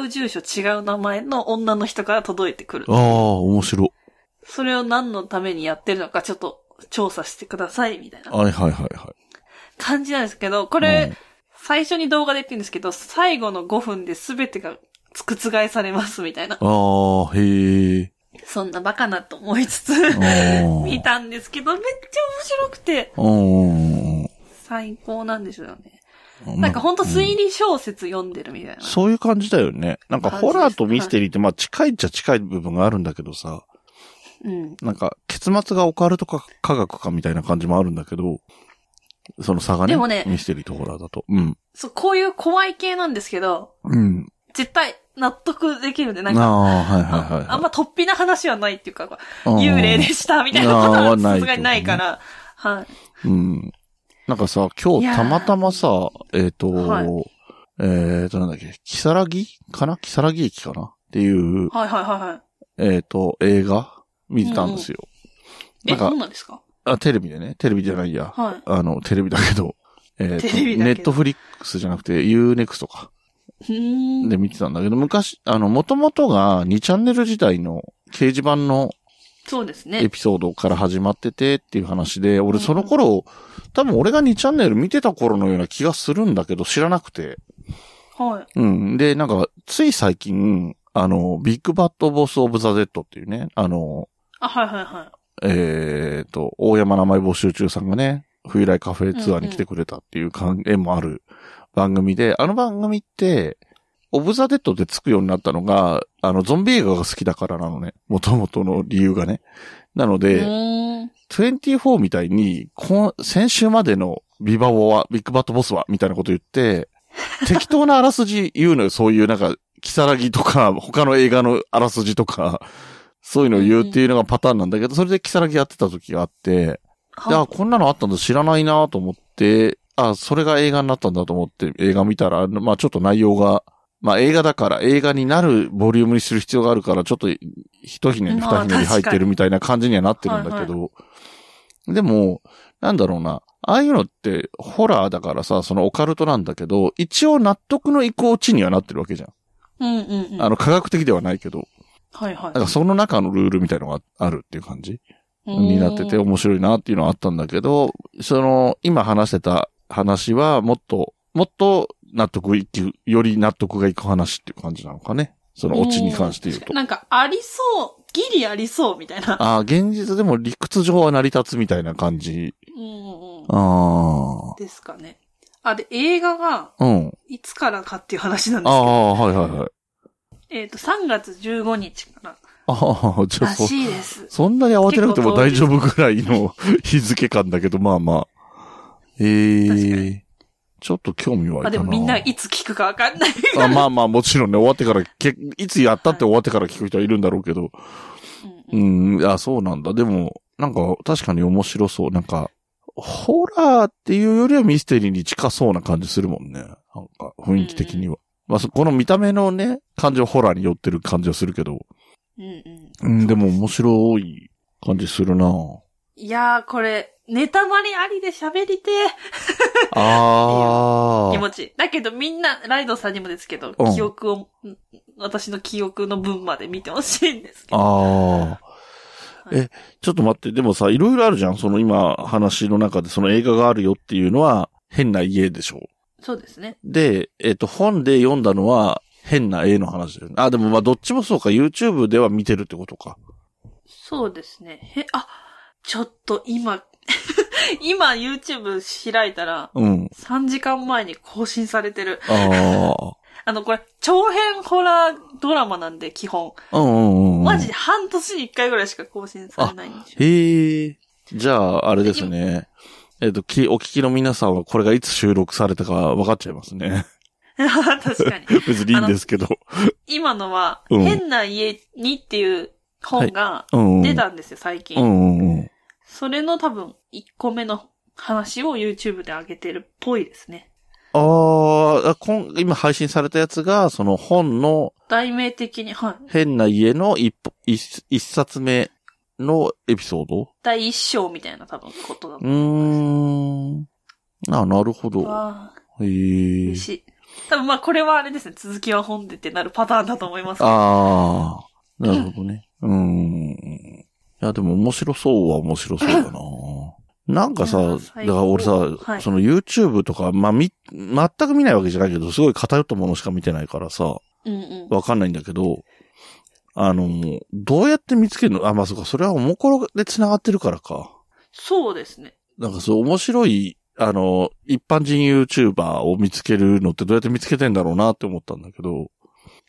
S3: う住所、違う名前の女の人から届いてくる
S1: ああ。ー、面白い。
S3: それを何のためにやってるのか、ちょっと調査してください、みたいな
S1: はいはいはいはい。
S3: 感じなんですけど、こ
S1: こ
S3: れ、、最初に動画で言ってるんですけど、最後の5分で全てが覆されます、みたいな。
S1: ああ、へ え。
S3: そんなバカなと思いつつ、
S1: あ あ
S3: 見。たんですけど、めっちゃ面白くて、
S1: うんうん
S3: 最高なんですよね。
S1: うん。
S3: なんかほんと推
S1: うん
S3: 理小説読んでるみたいな。
S1: そういう感じだよね。なんか
S3: 感じで
S1: ホ
S3: す
S1: ラーとミステリーってまあ近いっちゃ近い部分があるんだけどさ、
S3: うん。
S1: なんか結末がオカルトか科学かみたいな感じもあるんだけど、その差がね。
S3: でもね
S1: ミステリーとホラーだと。うん。
S3: そう、こういう怖い系なんですけど、
S1: うん。
S3: 絶対納得できるんで、なん
S1: あ
S3: か、
S1: あ、はいはいはいはい。
S3: あんま突飛な話はないっていうか、
S1: うん
S3: 幽霊でしたみたいなこと
S1: あーは
S3: は
S1: ない
S3: さすがにないから、はい。
S1: うん。なんかさ、今
S3: いや
S1: 日
S3: ー
S1: たまたまさ、えっ、と、
S3: はい
S1: えっ、と、なんだっけ、キサラギかなキサラギ駅かなっていう、
S3: はいはいはいはい。
S1: えっ、と、映画見てたんですよ。
S3: え、
S1: な
S3: そ
S1: ん
S3: う
S1: か
S3: なんですか
S1: あ、テレビでね、テレビじゃないや。
S3: はい。
S1: あの、テレビだけど、えっ、と、
S3: テレビだ
S1: ネ
S3: けど
S1: ットフリックスじゃなくて Unext か。
S3: うーん。
S1: で見てたんだけど、昔、あの、もともとが2チャンネル時代の掲示板の
S3: そうです
S1: エ
S3: ね。
S1: ピソードから始まっててっていう話で、俺その頃、多分俺が2チャンネル見てた頃のような気がするんだけど、知らなくて。
S3: はい。
S1: うん。で、なんか、つい最近、あの、ビッグバッドボスオブザ・ゼットっていうね、あの、
S3: あ、はいはいは
S1: えっ、と、大山名前募集中さんがね、冬来カフェツアーに来てくれたっていう関係もある番組で、あの番組って、オブザ・デッドでつくようになったのが、あの、ゾンビ映画が好きだからなのね。元々の理由がね。なの
S3: い。
S1: で、
S3: うーん。
S1: 24みたいに、こん先週までのビバボは、ビッグバットボスは、みたいなこと言って、適当なあらすじ言うのよ。そういうなんか、キサラギとか、他の映画のあらすじとか、そういうのを言うっていうのがパターンなんだけど、それでキサラギやってた時があって、であ、
S3: は
S1: こんなのあったんだ知らないなと思って、あ、それが映画になったんだと思って映画見たら、まあちょっと内容が、まあ映画だから映画になるボリュームにする必要があるから、ちょっと一ひねり
S3: まあ
S1: 二ひねり入っ
S3: 確
S1: て
S3: か
S1: る
S3: に
S1: みたいな感じにはなってるんだけど、でも、なんだろうな、ああいうのってホラーだからさ、そのオカルトなんだけど、一応納得の意向地にはなってるわけじゃん。
S3: うんうんうん。
S1: あ
S3: はい
S1: の科学的ではないけど、
S3: は
S1: なんかその中のルールみたいのがあるっていう感じ
S3: い。
S1: になってて
S3: うーん
S1: 面白いなっていうのはあったんだけど、その、今話してた話はもっと、もっと納得いく、より納得がいく話っていう感じなのかね。そのオチに関して言うと。
S3: なんか、ありそう、ギリありそう、みたいな。
S1: ああ、現実でも理屈上は成り立つみたいな感じ。
S3: うんうん。
S1: あ
S3: ですかね。あ、で、映画が、
S1: あ。うん。
S3: いつからかっていう話なんで
S1: あ
S3: すけど、
S1: あ、はいはいはい。
S3: えっ、と、3月15日から
S1: ああ、じゃ
S3: ら
S1: あそ、
S3: しいです。
S1: そんなに慌てなくても大丈夫ぐらいの日付感だけど、まあまあ。ええ
S3: 確か
S1: ちょっと興味はい
S3: あ、
S1: た
S3: で
S1: な。
S3: もみんないつ聞くかわかんない。
S1: あまあまあ、もちろんね、終わってから、けいつやったって終わってから聞く人はいるんだろうけど。
S3: うん
S1: う
S3: うん
S1: ん、あ、そうなんだ。でも、なんか、確かに面白そう。なんか、ホラーっていうよりはミステリーに近そうな感じするもんね。なんか、雰囲気的には。まあ、そこの見た目のね、感じはホラーに寄ってる感じはするけど。
S3: うんうん
S1: うん、でも面白い感じするな
S3: いやー、これ、ネタバレありで喋りて
S1: あ
S3: ー気
S1: ー。
S3: 持ちいい。だけどみんな、ライドさんにもですけど
S1: うん、
S3: 記憶を、ん私の記憶の分まで見てほしいんですけど。
S1: ああ。
S3: は
S1: え、ちょっと待って、でもさ、いろいろあるじゃん。その今話の中でその映画があるよっていうのは変な家でしょ。
S3: そうですね。
S1: で、えっ、と、本で読んだのは変な絵の話だよね。あ、でもまあどっちもそうか、YouTube では見てるってことか。
S3: そうですね。へ、あ、ちょっと今、 今 YouTube 開いたら、
S1: うん。
S3: 3時間前に更新されてる。
S1: あ
S3: あの、これ、長編ホラードラマなんで、基本。
S1: あ。うんうんうん。
S3: マジで半年に1回ぐらいしか更新されないんでしょ。
S1: へえ。じゃあ、あれですね。えっ、と、き、お聞きの皆さんはこれがいつ収録されたか分かっちゃいますね。
S3: 確かに。
S1: 別にいいんですけど。
S3: 今のは、
S1: うん
S3: 変な家にっていう本が
S1: うんうん。
S3: 出たんですよ、最
S1: う
S3: 近。
S1: んうんうん。
S3: それの多分、1個目の話を YouTube で上げてるっぽいですね。
S1: あーあ、こん今配信されたやつが、その本の
S3: 題名的に、はい。
S1: 変な家の一歩一一冊目のエピソード
S3: 第1章みたいな多分ことだと
S1: うーん。あ、なるほど。
S3: わあ、
S1: へ
S3: 美
S1: え
S3: 味。しい。多分まあこれはあれですね、続きは本でってなるパターンだと思いますけど。
S1: ああ、なるほどね。うーん。いや、でも面白そうは面白そうだ な。なんかさ、
S3: いや
S1: だ
S3: ー
S1: か
S3: 最高
S1: ら俺さ、
S3: はい
S1: その YouTube とか、まあ、み、全く見ないわけじゃないけど、すごい偏ったものしか見てないからさ、
S3: うんうん。
S1: わかんないんだけど、あの、どうやって見つけるのあ、まあ、そうか、それはおもころで繋がってるからか。
S3: そうですね。
S1: なんかそう、面白い、あの、一般人 YouTuber を見つけるのってどうやって見つけてんだろうなって思ったんだけど、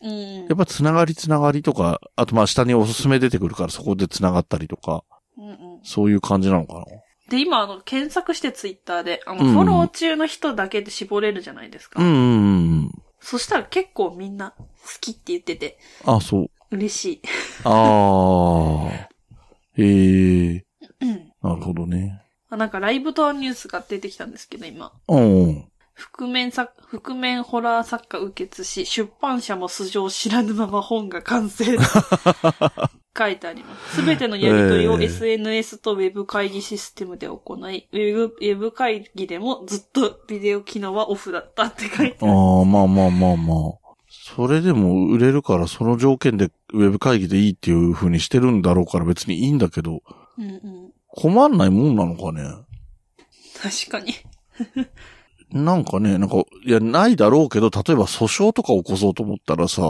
S3: うん
S1: やっぱ繋がり繋がりとか、あとまあ下におすすめ出てくるからそこで繋がったりとか、
S3: うん。うんうん。
S1: そういう感じなのか
S3: で、今、あの、検索してツイッターで、あの、
S1: うん
S3: フォロー中の人だけで絞れるじゃないですか。
S1: うんうんうん。
S3: そしたら結構みんな好きって言ってて、
S1: あ、そう。
S3: 嬉しい。
S1: ああ。ええなるほどね。
S3: あなんかライブとニュースが出てきたんですけど、今。
S1: うん。
S3: 覆面作、覆面ホラー作家受付し、出版社も素性知らぬまま本が完 成。書いてあります。すべてのやりとりを
S1: ええ
S3: SNS とウェブ会議システムで行い、ウェブ、ウェブ会議でもずっとビデオ機能はオフだったって書いてある。
S1: ああ、まあまあまあまあ。それでも売れるから、その条件でウェブ会議でいいっていう風にしてるんだろうから別にいいんだけど、
S3: うんうん。
S1: 困んないもんなのかね。
S3: 確かに。
S1: なんかね、なんか、いや、ないだろうけど、例えば訴訟とか起こそうと思ったら さ、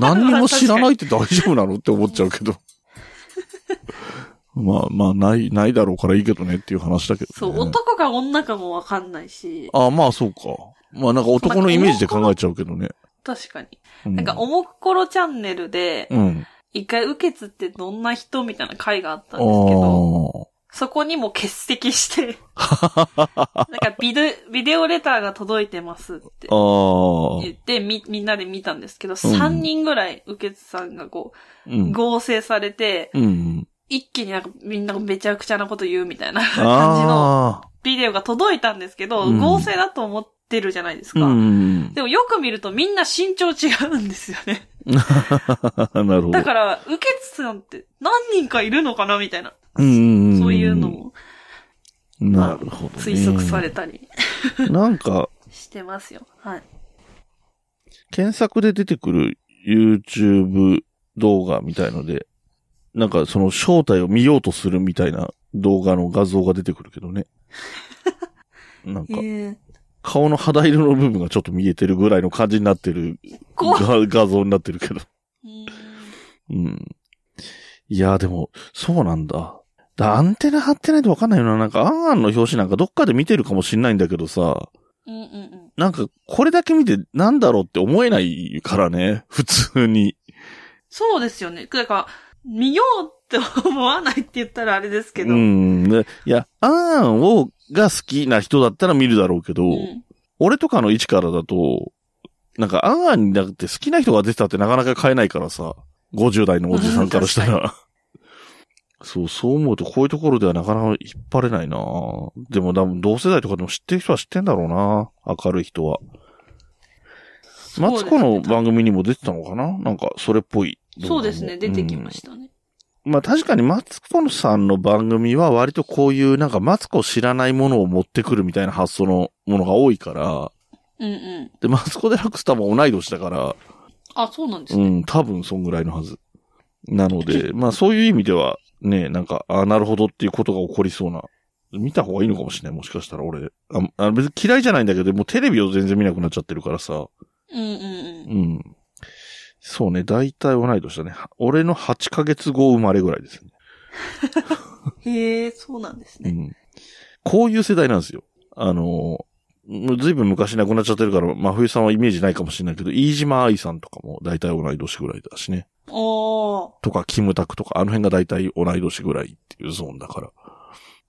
S1: 何にも知らないって大丈夫なのって思っちゃう けど。まあまあ、ない、ないだろうからいいけどねっていう話だけど、ね。
S3: そう、男か女かもわかんないし、
S1: あまあそうか。まあなんか男のイメージで考えちゃうけどね。
S3: 確かに。
S1: う
S3: なんか、おもくころチャンネルで、
S1: うん。
S3: 一回受けつってどんな人みたいな回があった
S1: あ
S3: んですけど、
S1: ー
S3: そこにも欠席 して、なんかビデビデオレターが届いてますって言
S1: あー。
S3: って、み、みんなで見たんですけど、3人ぐらい受けつさんがこ
S1: う
S3: う、
S1: ん。
S3: 合成されて、
S1: うん。
S3: 一気になんかみんなめちゃくちゃなこと言うみたいな感じの
S1: ああ。
S3: ビデオが届いたんですけど、
S1: うん
S3: 合成だと思ってるじゃないですか。
S1: うん。
S3: でもよく見るとみんな身長違うんですよね。
S1: なるほど
S3: だ。から、受けつさんって何人かいるのかなみたいな。
S1: うん。
S3: そういうの。も
S1: なるほど、ね。
S3: 推測されたり
S1: なんか、
S3: してますよ。はい。
S1: 検索で出てくる YouTube 動画みたいので、なんかその正体を見ようとするみたいな動画の画像が出てくるけどね。 なん
S3: え
S1: か、
S3: ー
S1: 顔の肌色の部分がちょっと見えてるぐらいの感じになってる
S3: 怖っ
S1: が画像になってるけど。
S3: うーん
S1: うん。いや、でも、そうなんだ。だアンテナ張ってないとわかんないよな。なんか、アンアンの表紙なんかどっかで見てるかもしんないんだけどさ、
S3: うんうん
S1: なんか、これだけ見てなんだろうって思えないからね。普通に。
S3: そうですよね。だから、見ようって思わないって言ったらあれですけど。
S1: う
S3: うん
S1: ん。ねいや、アーンを、が好きな人だったら見るだろうけど、俺とかの位置からだと、なんか、アンアンになって好きな人が出てたってなかなか買えないからさ、50代のおじさんからしたら。そう、そう思うと、こういうところではなかなか引っ張れないなでも、多分同世代とかでも知ってる人は知ってんだろうな明るい人は。マツコの番組にも出てたのかななんか、それっぽい動画も。
S3: そうですね。出てきましたね。
S1: まあ確かにマツコさんの番組は割とこういうなんかマツコ知らないものを持ってくるみたいな発想のものが多いから、
S3: うんうん。
S1: で、マツコデラックス多分同い年だから、
S3: あ、そうなんです
S1: う
S3: ね。
S1: ん、多分そんぐらいのはず。なので、まあそういう意味ではね、なんか、あなるほどっていうことが起こりそうな。見た方がいいのかもしれない、もしかしたら俺。ああ別に嫌いじゃないんだけど、もうテレビを全然見なくなっちゃってるからさ。
S3: うんうんうん。
S1: うん。そうね、大体同い年だね。は俺の8ヶ月後生まれぐらいですね。
S3: へえ、そうなんです
S1: う
S3: ね。
S1: ん。こういう世代なんですよ。あの、もうずいぶん昔亡くなっちゃってるから、真冬さんはイメージないかもしれないけど、飯島愛さんとかも大体同い年ぐらいだしね。
S3: おー。
S1: とか、キムタクとか、あの辺が大体同い年ぐらいっていうゾーンだから。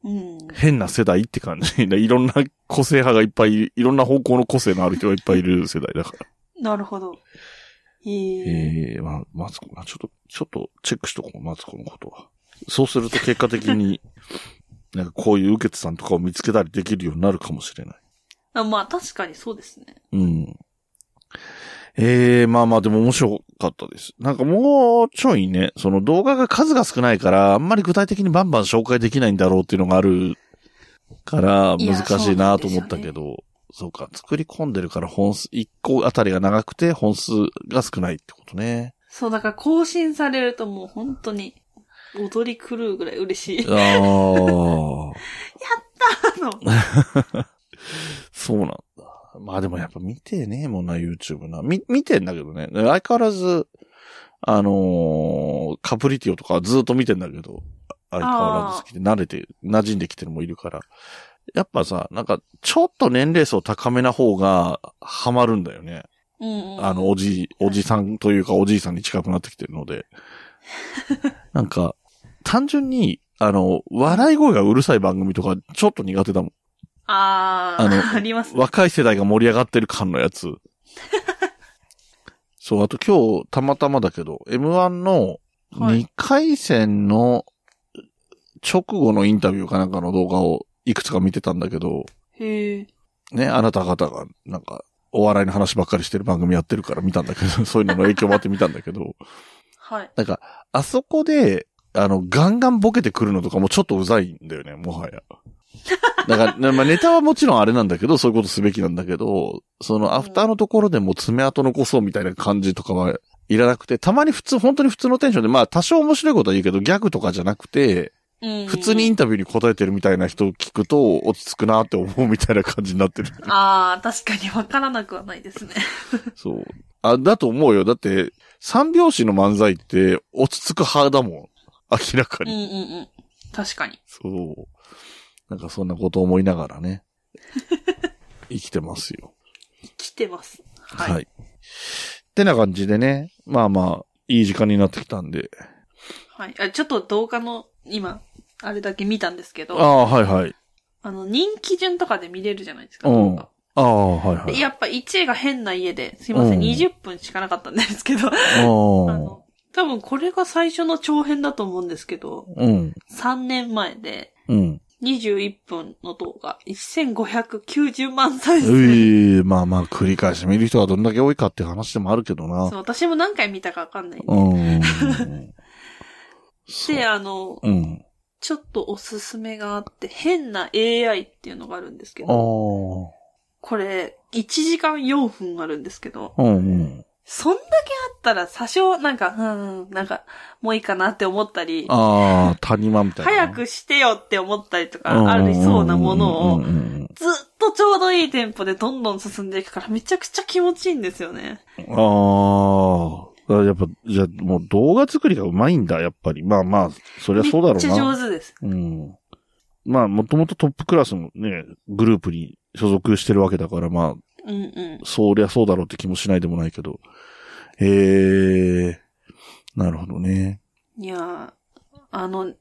S3: うん。
S1: 変な世代って感じ。いろんな個性派がいっぱい、いろんな方向の個性のある人がいっぱいいる世代だから。
S3: なるほど。へえ。
S1: ええまあ、マツコが、ちょっと、ちょっとチェックしとこう、マツコのことは。そうすると結果的に、なんかこういう受けさんとかを見つけたりできるようになるかもしれない。
S3: あまあ確かにそうですね。
S1: うん。ええまあまあでも面白かったです。なんかもうちょいね、その動画が数が少ないから、あんまり具体的にバンバン紹介できないんだろうっていうのがあるから、
S3: いや
S1: 難しいなと思ったけど、そうか、作り込んでるから本数、1個あたりが長くて本数が少ないってことね。
S3: そう、だから更新されるともう本当に踊り狂うぐらい嬉 しい。
S1: ああ。
S3: あの
S1: そうなんだ。まあでもやっぱ見てねえもんな、YouTube な。み、見てんだけどね。相変わらず、あのーカプリティオとかずっと見てんだけど、相変わらず好きで慣れて、馴染んできてるのもいるから。やっぱさ、なんか、ちょっと年齢層高めな方が、ハマるんだよね。
S3: うん うん。
S1: あの、おじい、おじさん というかおじいさんに近くなってきてるので。なんか、単純に、あの、笑い声がうるさい番組とか、ちょっと苦手だもん。
S3: あー、
S1: あ
S3: あ
S1: の
S3: りますね。
S1: 若い世代が盛り上がってる感の やつ。そう、あと今日、たまたまだけど、M1 の
S3: はい
S1: 2回戦の直後のインタビューかなんかの動画をいくつか見てたんだけど、
S3: へえ。
S1: ね、あなた方が、なんか、お笑いの話ばっかりしてる番組やってるから見たんだけど、 そういうのの影響もあって見たんだけど、
S3: はい。
S1: なんか、あそこで、あの、ガンガンボケてくるのとかもちょっとうざいんだよね、もはや。だからな、まあ、ネタはもちろんあれなんだけど、そういうことすべきなんだけど、そのアフターのところでも爪痕残そうみたいな感じとかはいらなくて、たまに普通、本当に普通のテンションで、まあ多少面白いことは言うけど、ギャグとかじゃなくて、
S3: うん。
S1: 普通にインタビューに答えてるみたいな人を聞くと、落ち着くなって思うみたいな感じになってる。
S3: あー、確かにわからなくはないですね。
S1: そう。あ、だと思うよ。だって、三拍子の漫才って落ち着く派だもん。明らか
S3: うん
S1: に。
S3: うんうん。確かに。
S1: そう。なんかそんなこと思いなが らね。生きてますよ。
S3: 来てます。
S1: はい。
S3: はい。
S1: ってな感じでね。まあまあ、いい時間になってきたんで。
S3: はい。あちょっと動画の、今、あれだけ見たんですけ
S1: あ
S3: ど、あ
S1: あ、はいはい。
S3: の、人気順とかで見れるじゃないですか。
S1: う
S3: 動
S1: ん
S3: 画
S1: ああ、はいは
S3: で
S1: い。
S3: やっぱ1位が変な家で、すいません、
S1: うん
S3: 20分しかなかったんですけど、
S1: あ
S3: あ
S1: あ。
S3: の、多分これが最初の長編だと思うんですけど、
S1: うん。
S3: 3年前で、
S1: うん。
S3: 21分の動画、1590万再
S1: ええ
S3: 生。
S1: まあまあ、繰り返し見る人がどんだけ多いかって話でもあるけどな
S3: そう。私も何回見たかわかんないん で。
S1: うん。
S3: で、あの、
S1: うん。
S3: ちょっとおすすめがあって、変な AI っていうのがあるんですけ
S1: あ
S3: ど、
S1: あ。
S3: これ、1時間4分あるんですけど、
S1: うんうん。
S3: そんだけあったら、多少、なんか、うん、なんか、もういいかなって思ったり、
S1: ああ、谷間みたいな。
S3: 早くしてよって思ったりとか、ありそうなもの
S1: うん
S3: を
S1: う、んうん
S3: ずっとちょうどいいテンポでどんどん進んでいくから、めちゃくちゃ気持ちいいんですよね。
S1: ああ。やっぱ、じゃあもう動画作りがうまいんだ、やっぱり。まあまあ、そりゃそうだろうな。
S3: めっちゃ上手です。
S1: うん。まあ、もともとトップクラスのね、グループに所属してるわけだから、まあ、
S3: うんうん。
S1: そりゃそうだろうって気もしないでもないけど。へえー。なるほどね。
S3: いやーあの、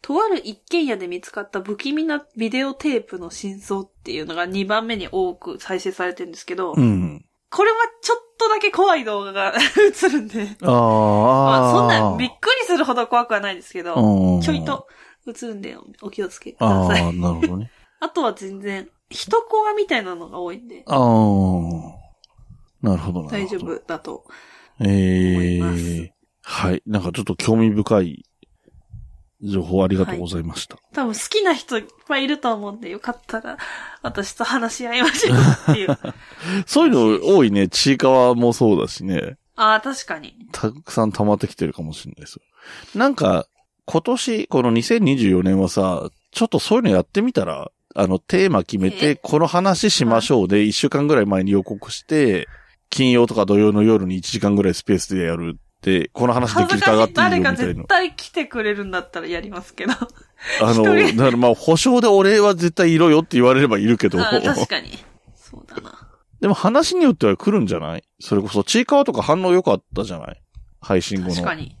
S3: とある一軒家で見つかった不気味なビデオテープの真相っていうのが2番目に多く再生されてるんですけど、
S1: うん。
S3: これはちょっとだけ怖い動画が 映るんで、
S1: あー
S3: ま
S1: あ
S3: あ、
S1: ー。
S3: そんなびっくりするほど怖くはないですけど、
S1: うん
S3: ちょい。と映るんでお気をつけくだ
S1: あ
S3: さい。
S1: あ、なるほどね。
S3: あとは全然、人コアみたいなのが多いんで、
S1: ああ。なるほどなるほど。
S3: 大丈夫だと。
S1: ええ
S3: います
S1: はい。なんかちょっと興味深い情報ありがとうございました。
S3: 多分好きな人いっぱいいると思うんで、よかったら私と話し合いましょうって いう。
S1: そういうの多いね。ちいかわもそうだしね。
S3: ああ、確かに。
S1: たくさん溜まってきてるかもしれないですよ。なんか、今年、この2024年はさ、ちょっとそういうのやってみたら、あの、テーマ決めて、
S3: え
S1: この話しましょうで、1週間ぐらい前に予告して、金曜とか土曜の夜に1時間ぐらいスペースでやるって、この話でき
S3: 恥
S1: る
S3: ず
S1: と上
S3: かし
S1: がっ
S3: い。
S1: ていいよ
S3: 誰
S1: みた
S3: か
S1: いな
S3: 絶。対来てくれるんだったらやります けど。あ
S1: あの、
S3: 一人
S1: だからまあ、保証でお礼は絶対いろよって言われればいるけど、
S3: あ、確かに。そうだな。
S1: でも話によっては来るんじゃないそれこそ、ちいかわとか反応良かったじゃない配信後の。
S3: 確かに。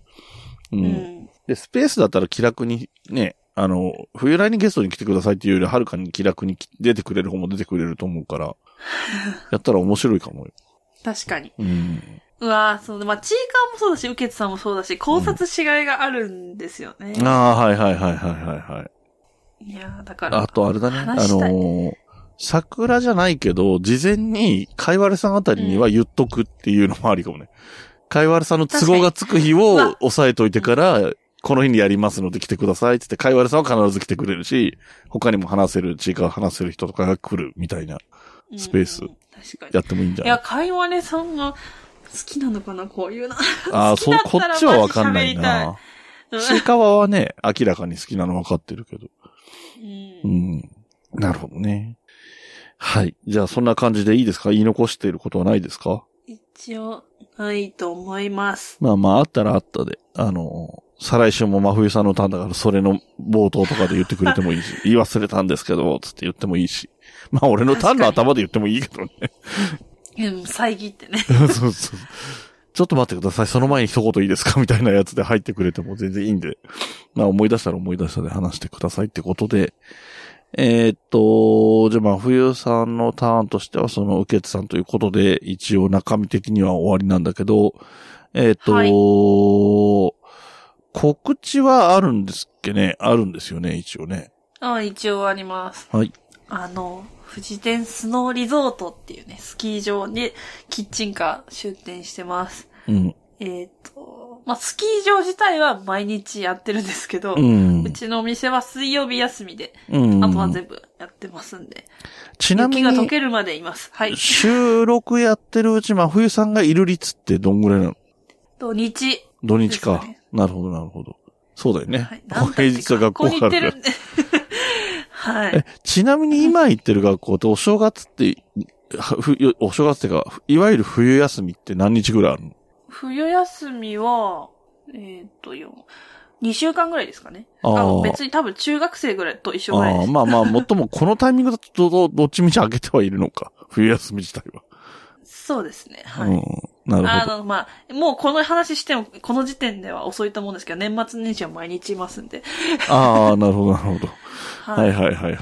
S1: う。
S3: うんん。
S1: で、スペースだったら気楽に、ね、あの、冬来にゲストに来てくださいっていうより、はるかに気楽に出てくれる方も出てくれると思 うから、やったら面白いかもよ。
S3: 確かに。
S1: うん。
S3: うわーそうまあ、チーカーもそうだし、ウケツさんもそうだし、考察しがいがあるんですよね。
S1: ああ、はいはいはいはいはいはい。
S3: いやーだから。
S1: あとあれだね、あの
S3: 話したい
S1: ー桜じゃないけど、事前に、かいわれさんあたりには言っとくっていうのもありかもね。かいわれさんの都合がつく日
S3: う
S1: を
S3: わ
S1: 押さえといてから、この日にやりますので来てくださいってって、かいわれさんは必ず来てくれるし、他にも話せる、チーカー話せる人とかが来るみたいな、
S3: うん
S1: スペース
S3: 確かに
S1: や。ってもいいんじゃ
S3: い
S1: ない
S3: や、かいわれさんが好きなのかな、こういうの。
S1: ああ、
S3: 好き
S1: そう
S3: だ、
S1: こ
S3: ったら
S1: っちはわかんないな
S3: マ。うん
S1: ちいかわはね、明らかに好きなのわかってるけど。
S3: う
S1: うんん。なるほどね。はい。じゃあそんな感じでいいですか言い残していることはないですか
S3: 一応、ないと思います。
S1: まあまあ、あったらあったで、あの、再来週も真冬さんのターンだから、それの冒頭とかで言ってくれてもいいし、言い忘れたんですけど、つって言ってもいいし。まあ、俺のターンの
S3: 確かに
S1: 頭で言ってもいいけどね。
S3: うん、遮って ね。
S1: そうそうそう。ちょっと待ってください。その前に一言いいですかみたいなやつで入ってくれても全然いいんで。まあ思い出したら思い出したで話してくださいってことで、えーっと、じゃあまあ冬さんのターンとしてはその受けさんということで、一応中身的には終わりなんだけど、えーっと、
S3: はい
S1: 告知はあるんですっけねあるんですよね、一応ね。
S3: あ一応あります。
S1: はい。
S3: あの、富士店スノーリゾートっていうね、スキー場にキッチンカー出店してます。
S1: うん。
S3: えっ、と、まあ、スキー場自体は毎日やってるんですけど、
S1: う。
S3: うんちのお店は水曜日休みで、
S1: うん。
S3: あとは全部やってますんで。
S1: ちなみ
S3: 雪が溶
S1: に、
S3: けるまでいます。はい。
S1: 収録やってるうち、真冬さんがいる率ってどんぐらいなの
S3: 土日。
S1: 土日
S3: で
S1: か
S3: すね。
S1: なるほど、なるほど。そうだよね。
S3: はい。なんだって
S1: 平日は学校
S3: 学
S1: が
S3: 校に行
S1: あ
S3: って
S1: る
S3: る
S1: から。
S3: んで。 は
S1: え
S3: い。、
S1: ちなみに今行ってる学校ってお正月って、はふお正月っていうか、いわゆる冬休みって何日ぐらいあるの
S3: 冬休みは、えっ、と、よ、2週間ぐらいですかね。
S1: あ
S3: あ
S1: あ
S3: 別に多分中学生ぐらいと一緒ぐらい
S1: あ
S3: で
S1: あ
S3: す。
S1: まあまあ、もっともこのタイミングだとど、どっちみち明けてはいるのか。冬休み自体は。
S3: そうですね。はい。
S1: うん。なる
S3: あ
S1: ほど。
S3: の、まあ、もうこの話しても、この時点では遅いと思うんですけど、年末年始は毎日いますんで。
S1: ああ、なるほど、なるほど。
S3: は。
S1: はいいはいはいはい。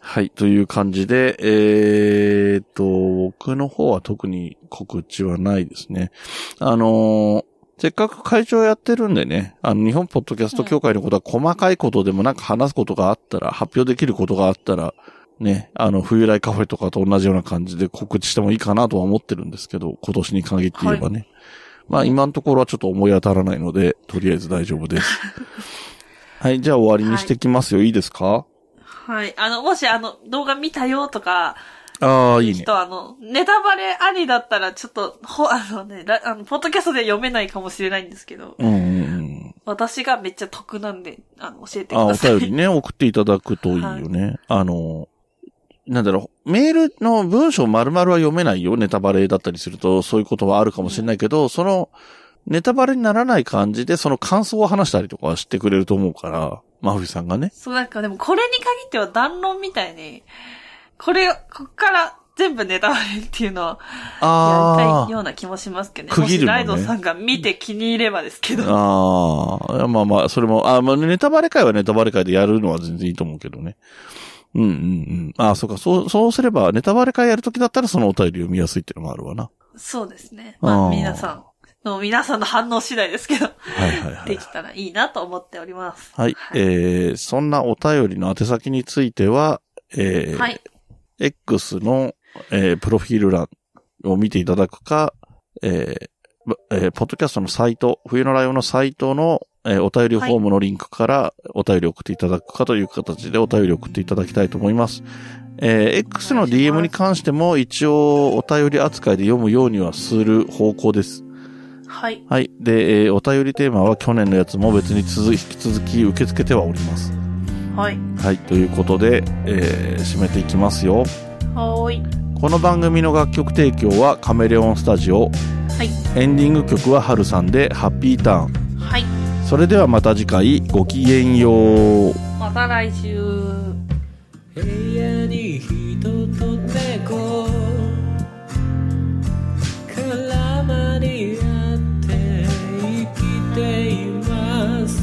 S1: はい、という感じで、えーっと、僕の方は特に告知はないですね。あのーせっかく会長やってるんでね、あの、日本ポッドキャスト協会のことは細かいことでもなんか話すことがあったら、発表できることがあったら、ね、あの、冬来カフェとかと同じような感じで告知してもいいかなとは思ってるんですけど、今年に限って言えばね。まあ今のところはちょっと思い当たらないので、とりあえず大丈夫 です。はい、じゃあ終わりにしてきますよ。いいですか
S3: はい。あの、もしあの、動画見たよとか、
S1: ああ、いいね
S3: ちょっ。とあの、ネタバレありだったら、ちょっと、ほ、 あのね、ラあの、ポッドキャストで読めないかもしれないんですけど、
S1: うんうんうん。
S3: 私がめっちゃ得なんで、あの、教えてく
S1: あ、お
S3: ださい。
S1: 便りね、送っていただくといいよね。あの、なんだろう、メールの文章丸々は読めないよ。ネタバレだったりすると、そういうことはあるかもしれないけど、その、ネタバレにならない感じで、その感想を話したりとかはしてくれると思うから、マフィさんがね。
S3: そう、なんかでも、これに限っては談論みたいに、これ、こっから全部ネタバレっていうのは、や
S1: あ
S3: りたいような気もしますけどね。
S1: 区
S3: も
S1: 切る
S3: し
S1: のね
S3: ライドさんが見て気に入ればですけど。
S1: あ。ああ。まあまあ、それも、あまあ、ネタバレ会はネタバレ会でやるのは全然いいと思うけどね。うんうんうん。ああ、そうか。そう、そうすれば、ネタバレ会やるときだったら、そのお便り読みやすいっていうのもあるわな。
S3: そうですね。ま
S1: あー
S3: あ、皆さんの、皆さんの反応次第ですけど、
S1: はいはいはい
S3: で。きたらいいなと思っております。
S1: はい。えー、そんなお便りの宛先については、えー
S3: はい。
S1: X の、えープロフィール欄を見ていただくか、えーばえーポッドキャストのサイト、冬のライオンのサイトの、えーお便りフォームのリンクからお便り送っていただくかという形でお便り送っていただきたいと思います。えー X の DM に関しても一応お便り扱いで読むようにはする方向です。
S3: はい。
S1: はい。で、えーお便りテーマは去年のやつも別に続引き続き受け付けてはおります。
S3: はい。
S1: はい。ということで、えー締めていきますよ。
S3: はーい。
S1: この番組の楽曲提供はカメレオンスタジオ。
S3: はい。
S1: エンディング曲はハルさんで、ハッピーターン。
S3: はい。
S1: それではまた次回、ごきげんよう。
S3: また来週。
S4: 部屋に人と猫絡まり合って生きています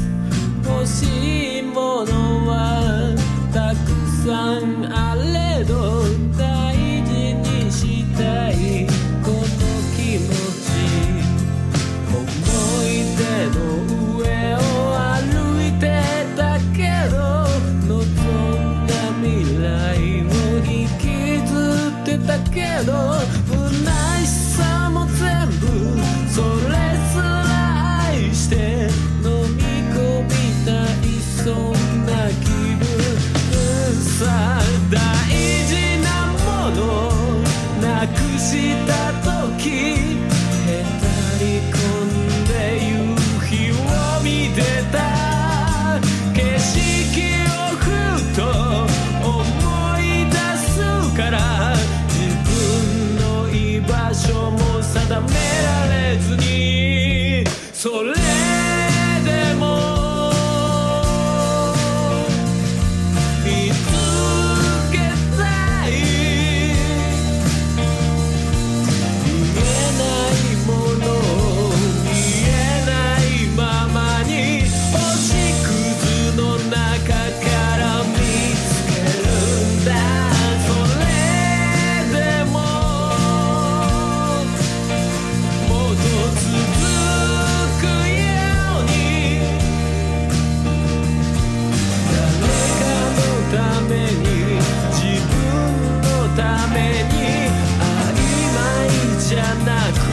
S4: 欲しいものはたくさんあれど大事にしたいこの気持ち思い出の上を歩いてたけど望んだ未来を引きずってたけど不悔しさも全部それすら愛して飲み込みたいそんな気分さ大事なものなくした時へたり込んで夕日を見てた景色をふと思い出すから自分の居場所も定められずにそれでも「見つけたい」「見えないもの見えないままに欲しくじゃなく